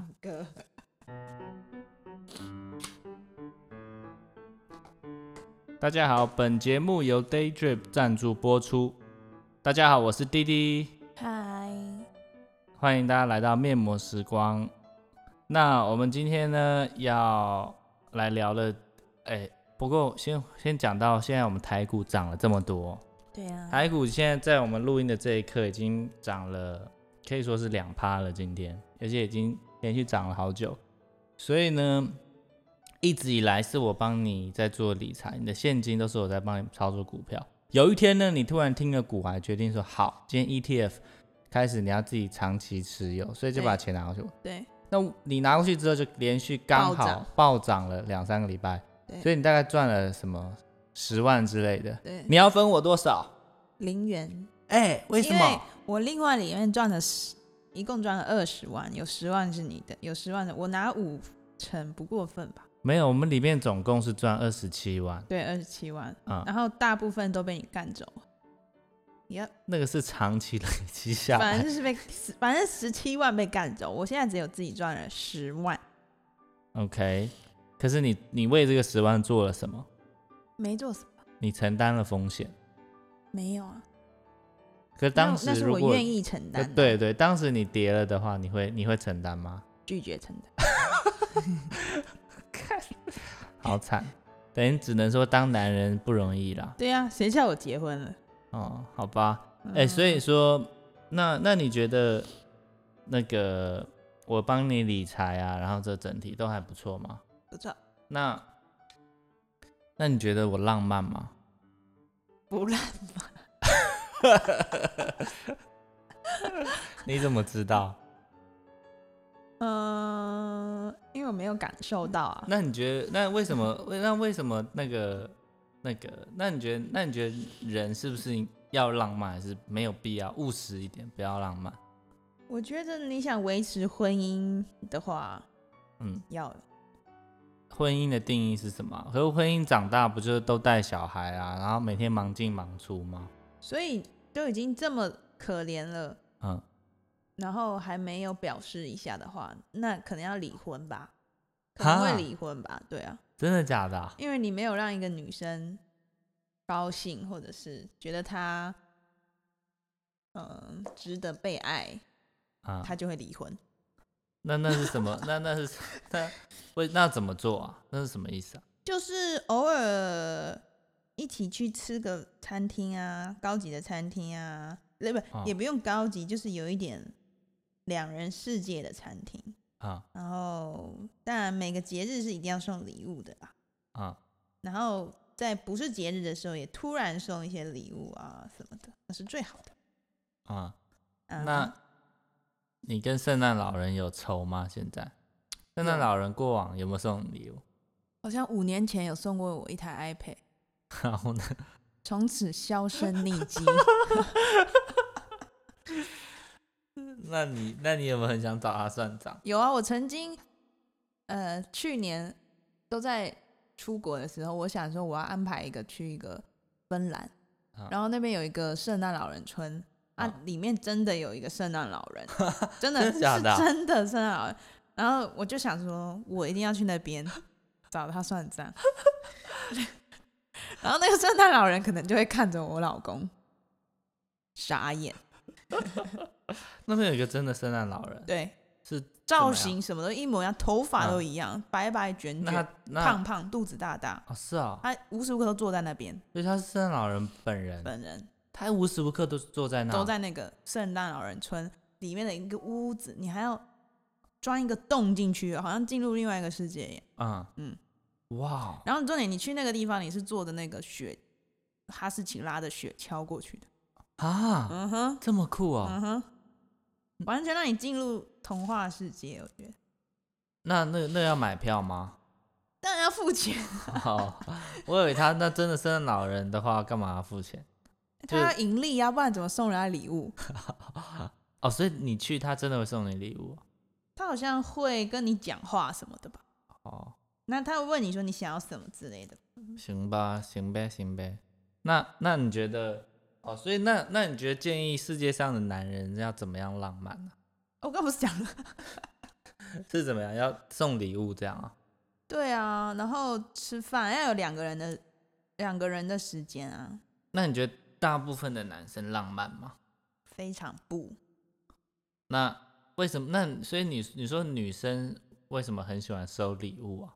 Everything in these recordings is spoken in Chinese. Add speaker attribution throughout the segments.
Speaker 1: 歌。
Speaker 2: 大家好，本节目由 Daydrip 赞助播出。大家好，我是滴滴，
Speaker 1: 嗨，
Speaker 2: 欢迎大家来到面膜时光。那我们今天呢要来聊了，哎，不过先先讲到现在我们台股涨了这么多，
Speaker 1: 对啊，
Speaker 2: 台股现在在我们录音的这一刻已经涨了，可以说是两趴了，今天，而且已经连续涨了好久。所以呢，一直以来是我帮你在做理财，你的现金都是我在帮你操作股票。有一天呢，你突然听了股癌，决定说好，今天 ETF 开始你要自己长期持有，所以就把钱拿过去。
Speaker 1: 对
Speaker 2: 那你拿过去之后，就连续刚
Speaker 1: 暴
Speaker 2: 好
Speaker 1: 涨
Speaker 2: 暴涨了两三个礼拜，
Speaker 1: 对
Speaker 2: 所以你大概赚了什么十万之类的。
Speaker 1: 对，
Speaker 2: 你要分我多少？
Speaker 1: 零元。
Speaker 2: 哎、为
Speaker 1: 因为？我另外里面赚了十，一共赚了二十万，有十万是你的，有十万的我拿五成不过分吧？
Speaker 2: 没有，我们里面总共是赚二十七万，
Speaker 1: 对，二十七万，
Speaker 2: 嗯
Speaker 1: 然后大部分都被你干走了。y
Speaker 2: 那个是长期累积下
Speaker 1: 反
Speaker 2: 来
Speaker 1: 正。就是被， 反正十七万被干走，我现在只有自己赚了十万，
Speaker 2: OK，可是你你为这个十万做了什么？
Speaker 1: 没做什么，
Speaker 2: 你承担了风险。
Speaker 1: 没有啊。
Speaker 2: 可是当
Speaker 1: 那
Speaker 2: 时
Speaker 1: 那是
Speaker 2: 如
Speaker 1: 我
Speaker 2: 果
Speaker 1: 愿意承担
Speaker 2: 呃
Speaker 1: 的，
Speaker 2: 对对，当时你跌了的话，你会你会承担 吗？
Speaker 1: 拒绝承担。
Speaker 2: 好惨，等于只能说当男人不容易啦。
Speaker 1: 对啊，谁叫我结婚了？
Speaker 2: 哦，好吧，
Speaker 1: 嗯
Speaker 2: 哎、所以说，那那你觉得那个我帮你理财啊，然后这整体都还不错吗？
Speaker 1: 不错，
Speaker 2: 那那你觉得我浪漫吗？
Speaker 1: 不烂，
Speaker 2: 你怎么知道？
Speaker 1: 嗯、因为我没有感受到啊。
Speaker 2: 那你觉得那为什么？为那为什么那个那个？那你觉得那你觉得人是不是要浪漫，还是没有必要务实一点，不要浪漫？
Speaker 1: 我觉得你想维持婚姻的话，
Speaker 2: 嗯，
Speaker 1: 要
Speaker 2: 婚姻的定义是什么啊？可是婚姻长大不就是都带小孩啊，然后每天忙进忙出吗？
Speaker 1: 所以都已经这么可怜了，
Speaker 2: 嗯，
Speaker 1: 然后还没有表示一下的话，那可能要离婚吧，可
Speaker 2: 哈
Speaker 1: 能会离婚吧，对啊，
Speaker 2: 真的假的啊、
Speaker 1: 因为你没有让一个女生高兴，或者是觉得她嗯、值得被爱，
Speaker 2: 啊？
Speaker 1: 她就会离婚。
Speaker 2: 那那是什么？那那是 那为那怎么做啊？那是什么意思啊？
Speaker 1: 就是偶尔一起去吃个餐厅啊，高级的餐厅啊，那不、
Speaker 2: 哦
Speaker 1: 也不用高级，就是有一点两人世界的餐厅。
Speaker 2: 啊
Speaker 1: 然后，当然每个节日是一定要送礼物的啦。
Speaker 2: 啊！
Speaker 1: 然后在不是节日的时候，也突然送一些礼物啊什么的，那是最好的。
Speaker 2: 啊，
Speaker 1: 嗯
Speaker 2: 那你跟圣诞老人有仇吗？现在圣诞
Speaker 1: 有
Speaker 2: 老人过往有没有送你礼物？
Speaker 1: 好像五年前有送过我一台 iPad，
Speaker 2: 然后呢？
Speaker 1: 从此销声匿迹。
Speaker 2: 那你那你有没有很想找他算账？
Speaker 1: 有啊，我曾经，呃，去年都在出国的时候，我想说我要安排一个去一个芬兰，
Speaker 2: 啊
Speaker 1: 然后那边有一个圣诞老人村啊，
Speaker 2: 啊
Speaker 1: 里面真的有一个圣诞老 人，真的
Speaker 2: 真的
Speaker 1: 是
Speaker 2: 假的啊
Speaker 1: 真的圣诞老人。然后我就想说，我一定要去那边找他算账。 然后那个圣诞老人可能就会看着我老公傻眼，
Speaker 2: 那边有一个真的圣诞老人，
Speaker 1: 对，
Speaker 2: 是
Speaker 1: 造
Speaker 2: 样
Speaker 1: 型什么都一模一样，头发
Speaker 2: 啊
Speaker 1: 都一样，白白卷
Speaker 2: 那
Speaker 1: 卷。
Speaker 2: 他那
Speaker 1: 胖胖，肚子大大，
Speaker 2: 哦是哦，
Speaker 1: 他无时无刻都坐在那边，
Speaker 2: 所以他是圣诞老人本人，
Speaker 1: 本人
Speaker 2: 他无时无刻都是坐在那，
Speaker 1: 都在那个圣诞老人村里面的一个屋子，你还要钻一个洞进去，好像进入另外一个世界一样。
Speaker 2: 嗯嗯
Speaker 1: 嗯，
Speaker 2: 哇，哦
Speaker 1: 然后重点，你去那个地方，你是坐的那个雪，哈士奇拉的雪橇过去的，
Speaker 2: 啊，
Speaker 1: 嗯哼，
Speaker 2: 这么酷哦。
Speaker 1: 嗯哼，完全让你进入童话世界，我觉得。
Speaker 2: 那那那要买票吗？
Speaker 1: 当然要付钱，
Speaker 2: 哦，我以为他那真的圣诞老人的话，干嘛要付钱？
Speaker 1: 他要盈利啊，不然怎么送人家礼物？
Speaker 2: 哦，所以你去他真的会送你礼物
Speaker 1: 他好像会跟你讲话什么的吧？
Speaker 2: 哦？
Speaker 1: 那他会问你说你想要什么之类的。
Speaker 2: 行吧，行呗，行呗。那那你觉得哦？所以那那你觉
Speaker 1: 哦
Speaker 2: 得建议世界上的男人要怎么样浪漫呢、
Speaker 1: 我刚不是讲了，
Speaker 2: 是怎么样？要送礼物这样啊？
Speaker 1: 对啊，然后吃饭要有两个人的两个人的时间啊，
Speaker 2: 那你觉得大部分的男生浪漫吗？
Speaker 1: 非常不。
Speaker 2: 那为什么？那所以你你说女生为什么很喜欢收礼物啊？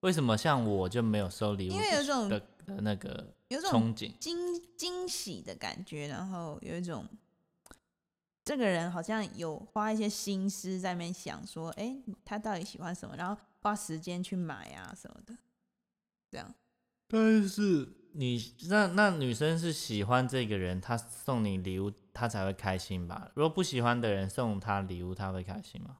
Speaker 2: 为什么像我就没有收礼物？
Speaker 1: 因为有种
Speaker 2: 的的那个
Speaker 1: 有种
Speaker 2: 憧憬，
Speaker 1: 惊惊喜的感觉，然后有一种这个人好像有花一些心思在那边想说，哎、他到底喜欢什么，然后花时间去买啊什么的，这样
Speaker 2: 但是你那那女生是喜欢这个人，她送你礼物，她才会开心吧？如果不喜欢的人送她礼物，她会开心吗？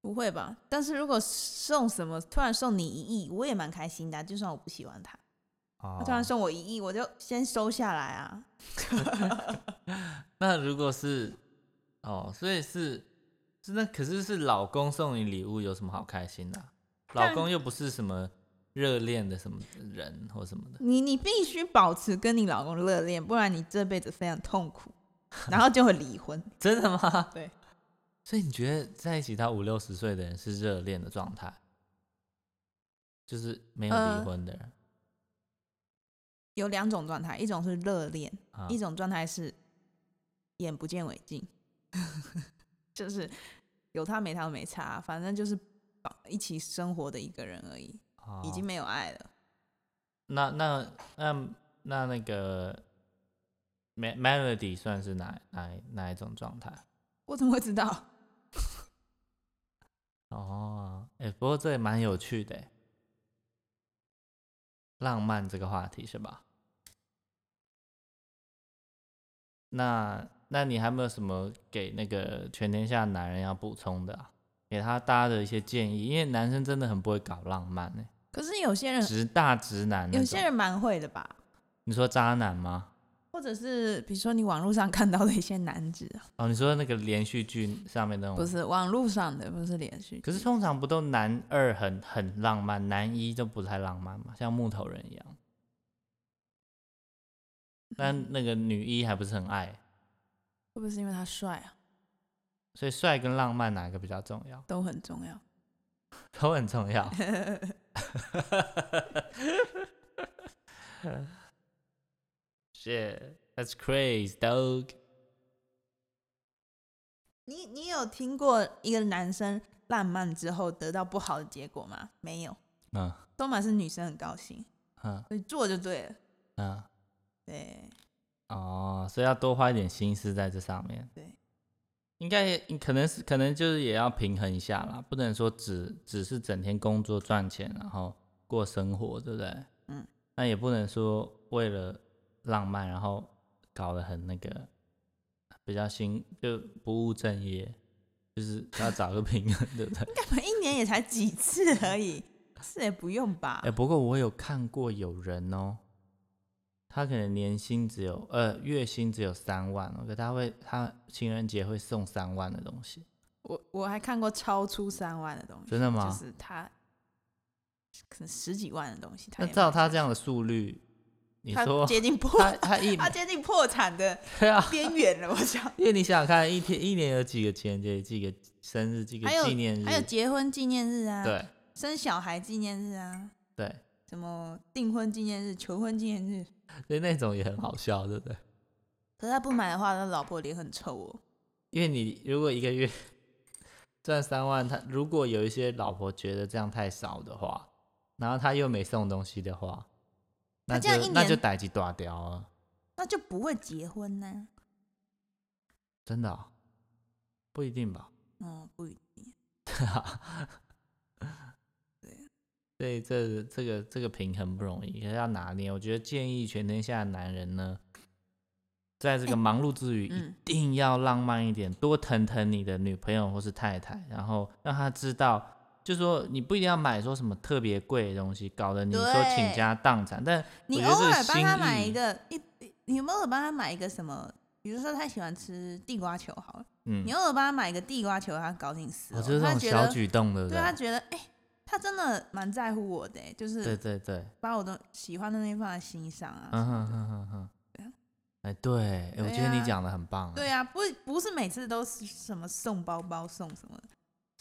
Speaker 1: 不会吧？但是如果送什么，突然送你一亿，我也蛮开心的啊、就算我不喜欢他，
Speaker 2: 哦
Speaker 1: 他突然送我一亿，我就先收下来啊。
Speaker 2: 那如果是哦，所以是是那可是是老公送你礼物有什么好开心的啊、
Speaker 1: 但
Speaker 2: 老公又不是什么热恋的什么人或什么的，
Speaker 1: 你你必须保持跟你老公热恋，不然你这辈子非常痛 苦，然后就会离婚。
Speaker 2: 真的吗？
Speaker 1: 对。
Speaker 2: 所以你觉得在一起到五六十岁的人是热恋的状态，就是没有
Speaker 1: 呃
Speaker 2: 离婚的人、
Speaker 1: 有两种状态，一种是热恋，
Speaker 2: 啊
Speaker 1: 一种状态是眼不见为净， 就是有他没他没差，反正就是绑一起生活的一个人而已，
Speaker 2: 哦
Speaker 1: 已经没有爱了。
Speaker 2: 那那那那那个 me- melody 算是哪哪哪一种状态？
Speaker 1: 我怎么会知 道？
Speaker 2: 哦，哎、不过这也蛮有趣的欸，浪漫这个话题是吧？那那你还没有什么给那个全天下男人要补充的、啊，给他大家的一些建议？因为男生真的很不会搞浪漫呢、
Speaker 1: 可是有些人，
Speaker 2: 直大直男那
Speaker 1: 嗯有
Speaker 2: 种。
Speaker 1: 些人蛮会的吧？
Speaker 2: 你说渣男吗？
Speaker 1: 或者是比如说你网络上看到的一些男子啊，
Speaker 2: 哦，你说那个连续剧上面那种
Speaker 1: 不是网络上的，不是连续剧。
Speaker 2: 哦可是通常不都男二很很浪漫，男一就不太浪漫嘛，像木头人一 样。但那个女一还不是很爱，
Speaker 1: 嗯会不会是因为他帅啊？
Speaker 2: 所以帅跟浪漫哪个比较重要？
Speaker 1: 都很重要。
Speaker 2: 都很重要。Shit, that's crazy, dog.
Speaker 1: 你你有听过一个男生浪漫之后得到不好的结果吗？没有，
Speaker 2: 嗯
Speaker 1: 都满是女生很高兴，
Speaker 2: 嗯
Speaker 1: 所以做就对了。
Speaker 2: 嗯，
Speaker 1: 对，
Speaker 2: 哦，所以要多花一点心思在这上面。
Speaker 1: 对，
Speaker 2: 应该也可能是可能就是也要平衡一下啦，不能说只只是整天工作赚钱，然后过生活，对不对？
Speaker 1: 嗯，
Speaker 2: 那也不能说为了浪漫，然后搞得很那个比较辛，就不务正业，就是要找个平衡，对不对？
Speaker 1: 干嘛一年也才几次而 已，是也不用吧
Speaker 2: 哎、？不过我有看过有人哦，他可能年薪只有呃月薪只有三万哦，可他会他情人节会送三万的东西，
Speaker 1: 我我还看过超出三万的东西，
Speaker 2: 真的
Speaker 1: 嗯就
Speaker 2: 吗？
Speaker 1: 是他可能十几万的东西，他
Speaker 2: 那
Speaker 1: 也
Speaker 2: 照
Speaker 1: 买
Speaker 2: 他这样的速率，你
Speaker 1: 他
Speaker 2: 说
Speaker 1: 接近破，
Speaker 2: 他他一
Speaker 1: 他接近破产的
Speaker 2: 对啊，
Speaker 1: 边缘了，我想。
Speaker 2: 因为你想想看，一天一年有几个情人节，几个生日，几个
Speaker 1: 还有
Speaker 2: 纪念日，
Speaker 1: 还有结婚纪念日啊，
Speaker 2: 对
Speaker 1: 生小孩纪念日啊，
Speaker 2: 对，
Speaker 1: 什么订婚纪念日、求婚纪念日，
Speaker 2: 所以那种也很好笑，对不对？
Speaker 1: 可是他不买的话，他老婆脸很臭哦。
Speaker 2: 因为你如果一个月 赚三万，他如果有一些老婆觉得这样太少的话，然后他又没送东西的话，那
Speaker 1: 他
Speaker 2: 就
Speaker 1: 这样一
Speaker 2: 那
Speaker 1: 年
Speaker 2: 就逮起大掉啊！
Speaker 1: 那就不会结婚呢、
Speaker 2: 真的哦、不一定吧？
Speaker 1: 嗯，不一定。
Speaker 2: 所以这这个这个平衡不容易，也要拿捏。我觉得建议全天下的男人呢，在这个
Speaker 1: 哎
Speaker 2: 忙碌之余，一
Speaker 1: 嗯
Speaker 2: 定要浪漫一点，多疼疼你的女朋友或是太太，然后让她知道，就说你不一定要买说什么特别贵的东西，搞得你说
Speaker 1: 对
Speaker 2: 倾家荡产。但
Speaker 1: 你
Speaker 2: 我觉
Speaker 1: 偶
Speaker 2: 得这个
Speaker 1: 尔帮他
Speaker 2: 心
Speaker 1: 买
Speaker 2: 意
Speaker 1: 一个一，你偶尔帮他买一个什么？比如说他喜欢吃地瓜球，好了，
Speaker 2: 嗯
Speaker 1: 你，偶尔帮他买一个地瓜球，他高兴死
Speaker 2: 我
Speaker 1: 了。
Speaker 2: 觉得这
Speaker 1: 他
Speaker 2: 种
Speaker 1: 觉
Speaker 2: 小
Speaker 1: 得，
Speaker 2: 举动，对不
Speaker 1: 对他觉得，哎、他真的蛮在乎我的、就
Speaker 2: 对
Speaker 1: 是
Speaker 2: 对对，
Speaker 1: 把我的喜欢的东西放在心上啊。
Speaker 2: 嗯哼哼哼哼
Speaker 1: 对啊，
Speaker 2: 哎，对，哎我
Speaker 1: 对
Speaker 2: 觉得你
Speaker 1: 啊
Speaker 2: 讲的很棒，
Speaker 1: 对啊，不不是每次都是什么送包包送什么的，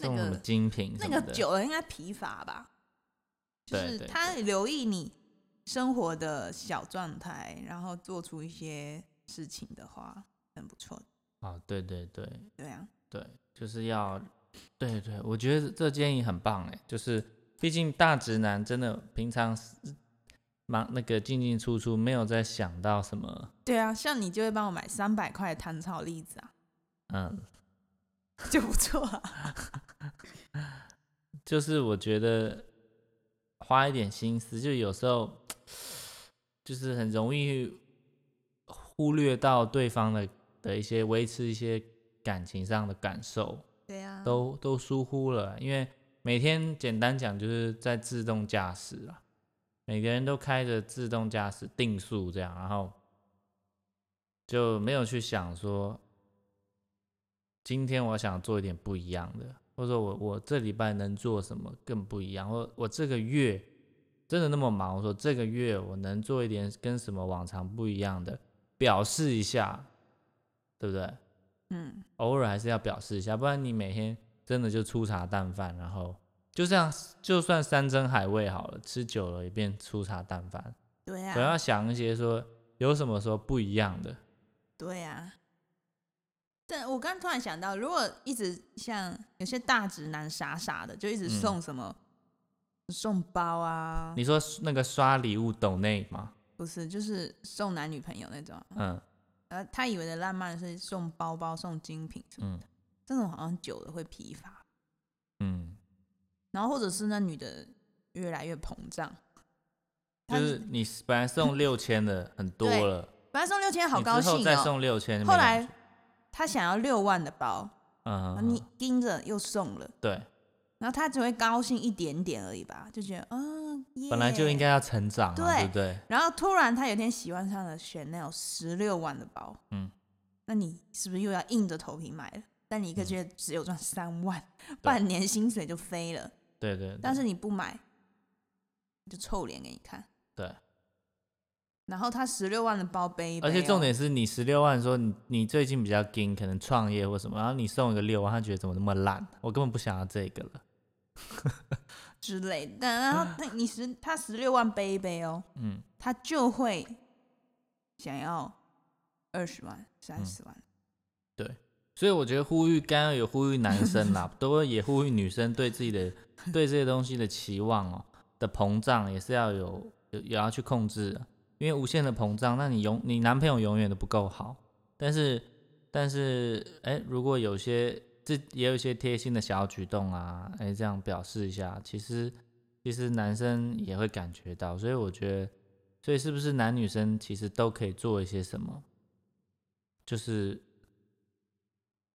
Speaker 2: 送什么精品
Speaker 1: 那
Speaker 2: 什么
Speaker 1: 个
Speaker 2: 的，
Speaker 1: 久了应该疲乏吧，就
Speaker 2: 对
Speaker 1: 是
Speaker 2: 对
Speaker 1: 他留意你生活的小状态，然后做出一些事情的话，很不错。
Speaker 2: 啊，对对对
Speaker 1: 对啊，
Speaker 2: 对，就是要，对对，我觉得这建议很棒哎，就是毕竟大直男真的平常是忙那个进进出出，没有在想到什么，
Speaker 1: 对啊，像你就会帮我买三百块的糖炒栗子啊，
Speaker 2: 嗯，
Speaker 1: 就不错啊。
Speaker 2: 就是我觉得花一点心思，就有时候就是很容易忽略到对方的的一些维持一些感情上的感受，
Speaker 1: 对啊，
Speaker 2: 都都疏忽了。因为每天简单讲就是在自动驾驶啦，每个人都开着自动驾驶定速这样，然后就没有去想说今天我想做一点不一样的，或者说我我这礼拜能做什么更不一样，或我这个月真的那么忙，我说这个月我能做一点跟什么往常不一样的，表示一下，对不对？
Speaker 1: 嗯，
Speaker 2: 偶尔还是要表示一下，不然你每天真的就粗茶淡饭，然后就这样，就算山珍海味好了，吃久了也变粗茶淡饭。
Speaker 1: 对
Speaker 2: 我要
Speaker 1: 啊，
Speaker 2: 想一些说有什么说不一样的，
Speaker 1: 对啊。但我刚突然想到，如果一直像有些大直男傻傻的，就一直
Speaker 2: 嗯
Speaker 1: 送什么、送包啊，
Speaker 2: 你说那个刷礼物抖内吗？
Speaker 1: 不是就是送男女朋友那种啊，
Speaker 2: 嗯
Speaker 1: 呃，他以为的浪漫是送包包、送精品什么，
Speaker 2: 嗯
Speaker 1: 这种好像久了会疲乏，
Speaker 2: 嗯，
Speaker 1: 然后或者是那女的越来越膨胀，她
Speaker 2: 就是你本来送六千的很多
Speaker 1: 对
Speaker 2: 了，
Speaker 1: 本来送六千好
Speaker 2: 你
Speaker 1: 高
Speaker 2: 之后
Speaker 1: 兴
Speaker 2: 再
Speaker 1: 哦，
Speaker 2: 送六千，
Speaker 1: 后来她想要六万的包，
Speaker 2: 嗯
Speaker 1: 然后
Speaker 2: 嗯
Speaker 1: 你
Speaker 2: 嗯
Speaker 1: 盯着又送了，
Speaker 2: 对，
Speaker 1: 然后她只会高兴一点点而已吧，就觉得嗯，
Speaker 2: 本来就应
Speaker 1: yeah。
Speaker 2: 该要成长啊，
Speaker 1: 对
Speaker 2: 对不对？
Speaker 1: 然后突然她有一天喜欢上了 Chanel 十六万的包，
Speaker 2: 嗯，
Speaker 1: 那你是不是又要硬着头皮买了？但你一个
Speaker 2: 嗯
Speaker 1: 月只有赚三万，半年薪水就飞了。
Speaker 2: 对对，对
Speaker 1: 但是你不买，就臭脸给你看。
Speaker 2: 对。
Speaker 1: 然后他十六万的包背一背、哦
Speaker 2: 而且重，点是你十六万说你你最近比较紧，可能创业或什么，然后你送一个六万，他觉得怎么那么烂，我根本不想要这个了。
Speaker 1: 之类的。但然后他你十他十六万背一背哦，
Speaker 2: 嗯，
Speaker 1: 他就会想要二十万、三
Speaker 2: 嗯
Speaker 1: 十万。
Speaker 2: 所以我觉得呼吁刚刚有呼吁男生啦，都也呼吁女生对自己的对这些东西的期望哦的膨胀也是要有有也要去控制的，因为无限的膨胀，那你永你男朋友永远都不够好。但是但是哎，如果有些这也有一些贴心的小举动啊，哎这样表示一下，其实其实男生也会感觉到，所以我觉得，所以是不是男女生其实都可以做一些什么，就是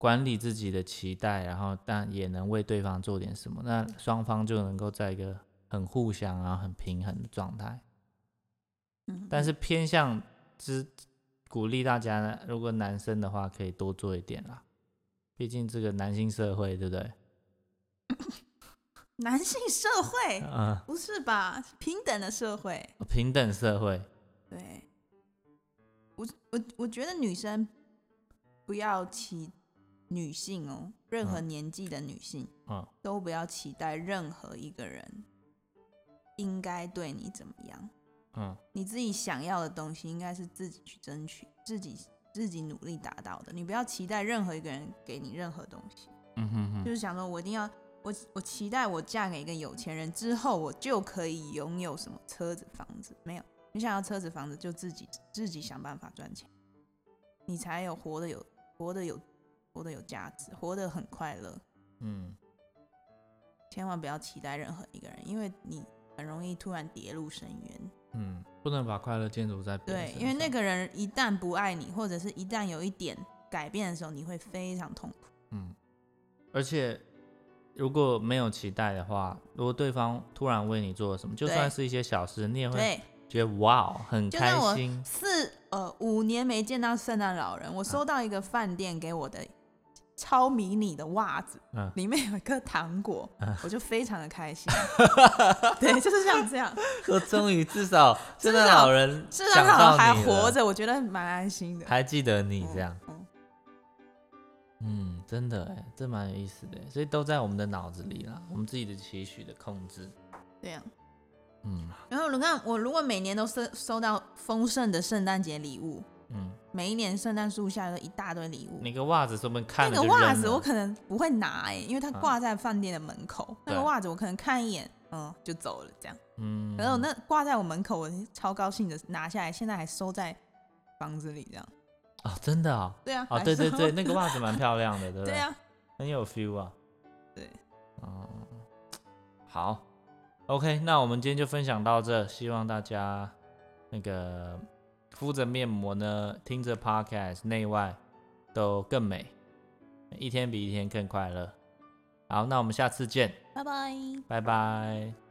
Speaker 2: 管理自己的期待，然后但也能为对方做点什么，那双方就能够在一个很互相然后很平衡的状态。
Speaker 1: 嗯，
Speaker 2: 但是偏向之鼓励大家呢，如果男生的话可以多做一点啦，毕竟这个男性社会，对不对？
Speaker 1: 男性社会
Speaker 2: 嗯、
Speaker 1: 不是吧？平等的社会，
Speaker 2: 平等社会，
Speaker 1: 对。我我我觉得女生不要期女性哦，任何年纪的女性。
Speaker 2: 嗯，
Speaker 1: 都不要期待任何一个人应该对你怎么样。
Speaker 2: 嗯，
Speaker 1: 你自己想要的东西，应该是自己去争取，自己自己努力达到的。你不要期待任何一个人给你任何东西，
Speaker 2: 嗯哼
Speaker 1: 就
Speaker 2: 哼，
Speaker 1: 是想说我一定要，我我期待我嫁给一个有钱人之后，我就可以拥有什么车子、房子。没有，你想要车子、房子，就自己自己想办法赚钱，你才有活得有活得有活得有价值，活得很快乐。
Speaker 2: 嗯，
Speaker 1: 千万不要期待任何一个人，因为你很容易突然跌入深渊。
Speaker 2: 嗯，不能把快乐建筑在别人
Speaker 1: 对，
Speaker 2: 身
Speaker 1: 因为那
Speaker 2: 上，
Speaker 1: 个人一旦不爱你，或者是一旦有一点改变的时候，你会非常痛苦。
Speaker 2: 嗯，而且如果没有期待的话，如果对方突然为你做了什么，就
Speaker 1: 对
Speaker 2: 算是一些小事，你也会
Speaker 1: 对，
Speaker 2: 觉得哇哦，很
Speaker 1: 就
Speaker 2: 开
Speaker 1: 像我
Speaker 2: 心，
Speaker 1: 四呃五年没见到圣诞老
Speaker 2: 啊
Speaker 1: 人，我收到一个饭店给我的超迷你的袜子，
Speaker 2: 嗯
Speaker 1: 里面有一颗糖果，
Speaker 2: 啊
Speaker 1: 我就非常的开 心。对，就是像这样，
Speaker 2: 说终于至少
Speaker 1: 至
Speaker 2: 圣诞
Speaker 1: 少
Speaker 2: 老人
Speaker 1: 圣诞
Speaker 2: 想
Speaker 1: 老
Speaker 2: 到
Speaker 1: 人还
Speaker 2: 你了
Speaker 1: 活着，我觉得蛮安心的。嗯
Speaker 2: 还记得你这样，
Speaker 1: 嗯，嗯
Speaker 2: 嗯，真的哎，这蛮有意思的，所以都在我们的脑子里啦，我们自己的期许的控制。
Speaker 1: 对啊。
Speaker 2: 嗯
Speaker 1: 然后你看，我如果每年都收收到丰盛的圣诞节礼物，
Speaker 2: 嗯，
Speaker 1: 每一年圣诞树下有一大堆礼物。
Speaker 2: 那个袜子说不定看
Speaker 1: 那
Speaker 2: 了
Speaker 1: 个
Speaker 2: 就
Speaker 1: 袜
Speaker 2: 扔
Speaker 1: 子
Speaker 2: 了啊
Speaker 1: 我可能不会拿哎、因为它挂在饭店的门口。那个
Speaker 2: 对
Speaker 1: 袜子我可能看一眼，嗯，就走了这样。
Speaker 2: 嗯，
Speaker 1: 然后那挂在我门口，我超高兴的拿下来，现在还收在房子里这样。
Speaker 2: 哦，真的哦，
Speaker 1: 对啊，
Speaker 2: 哦
Speaker 1: 还
Speaker 2: 对对
Speaker 1: 收
Speaker 2: 对，那个袜子蛮漂亮的，对 不
Speaker 1: 对啊，
Speaker 2: 很有 feel 啊。
Speaker 1: 对，
Speaker 2: 哦，好，OK，那我们今天就分享到这，希望大家那个敷着面膜呢，听着 podcast，内外都更美，一天比一天更快乐。好，那我们下次见，
Speaker 1: 拜拜。
Speaker 2: 拜拜。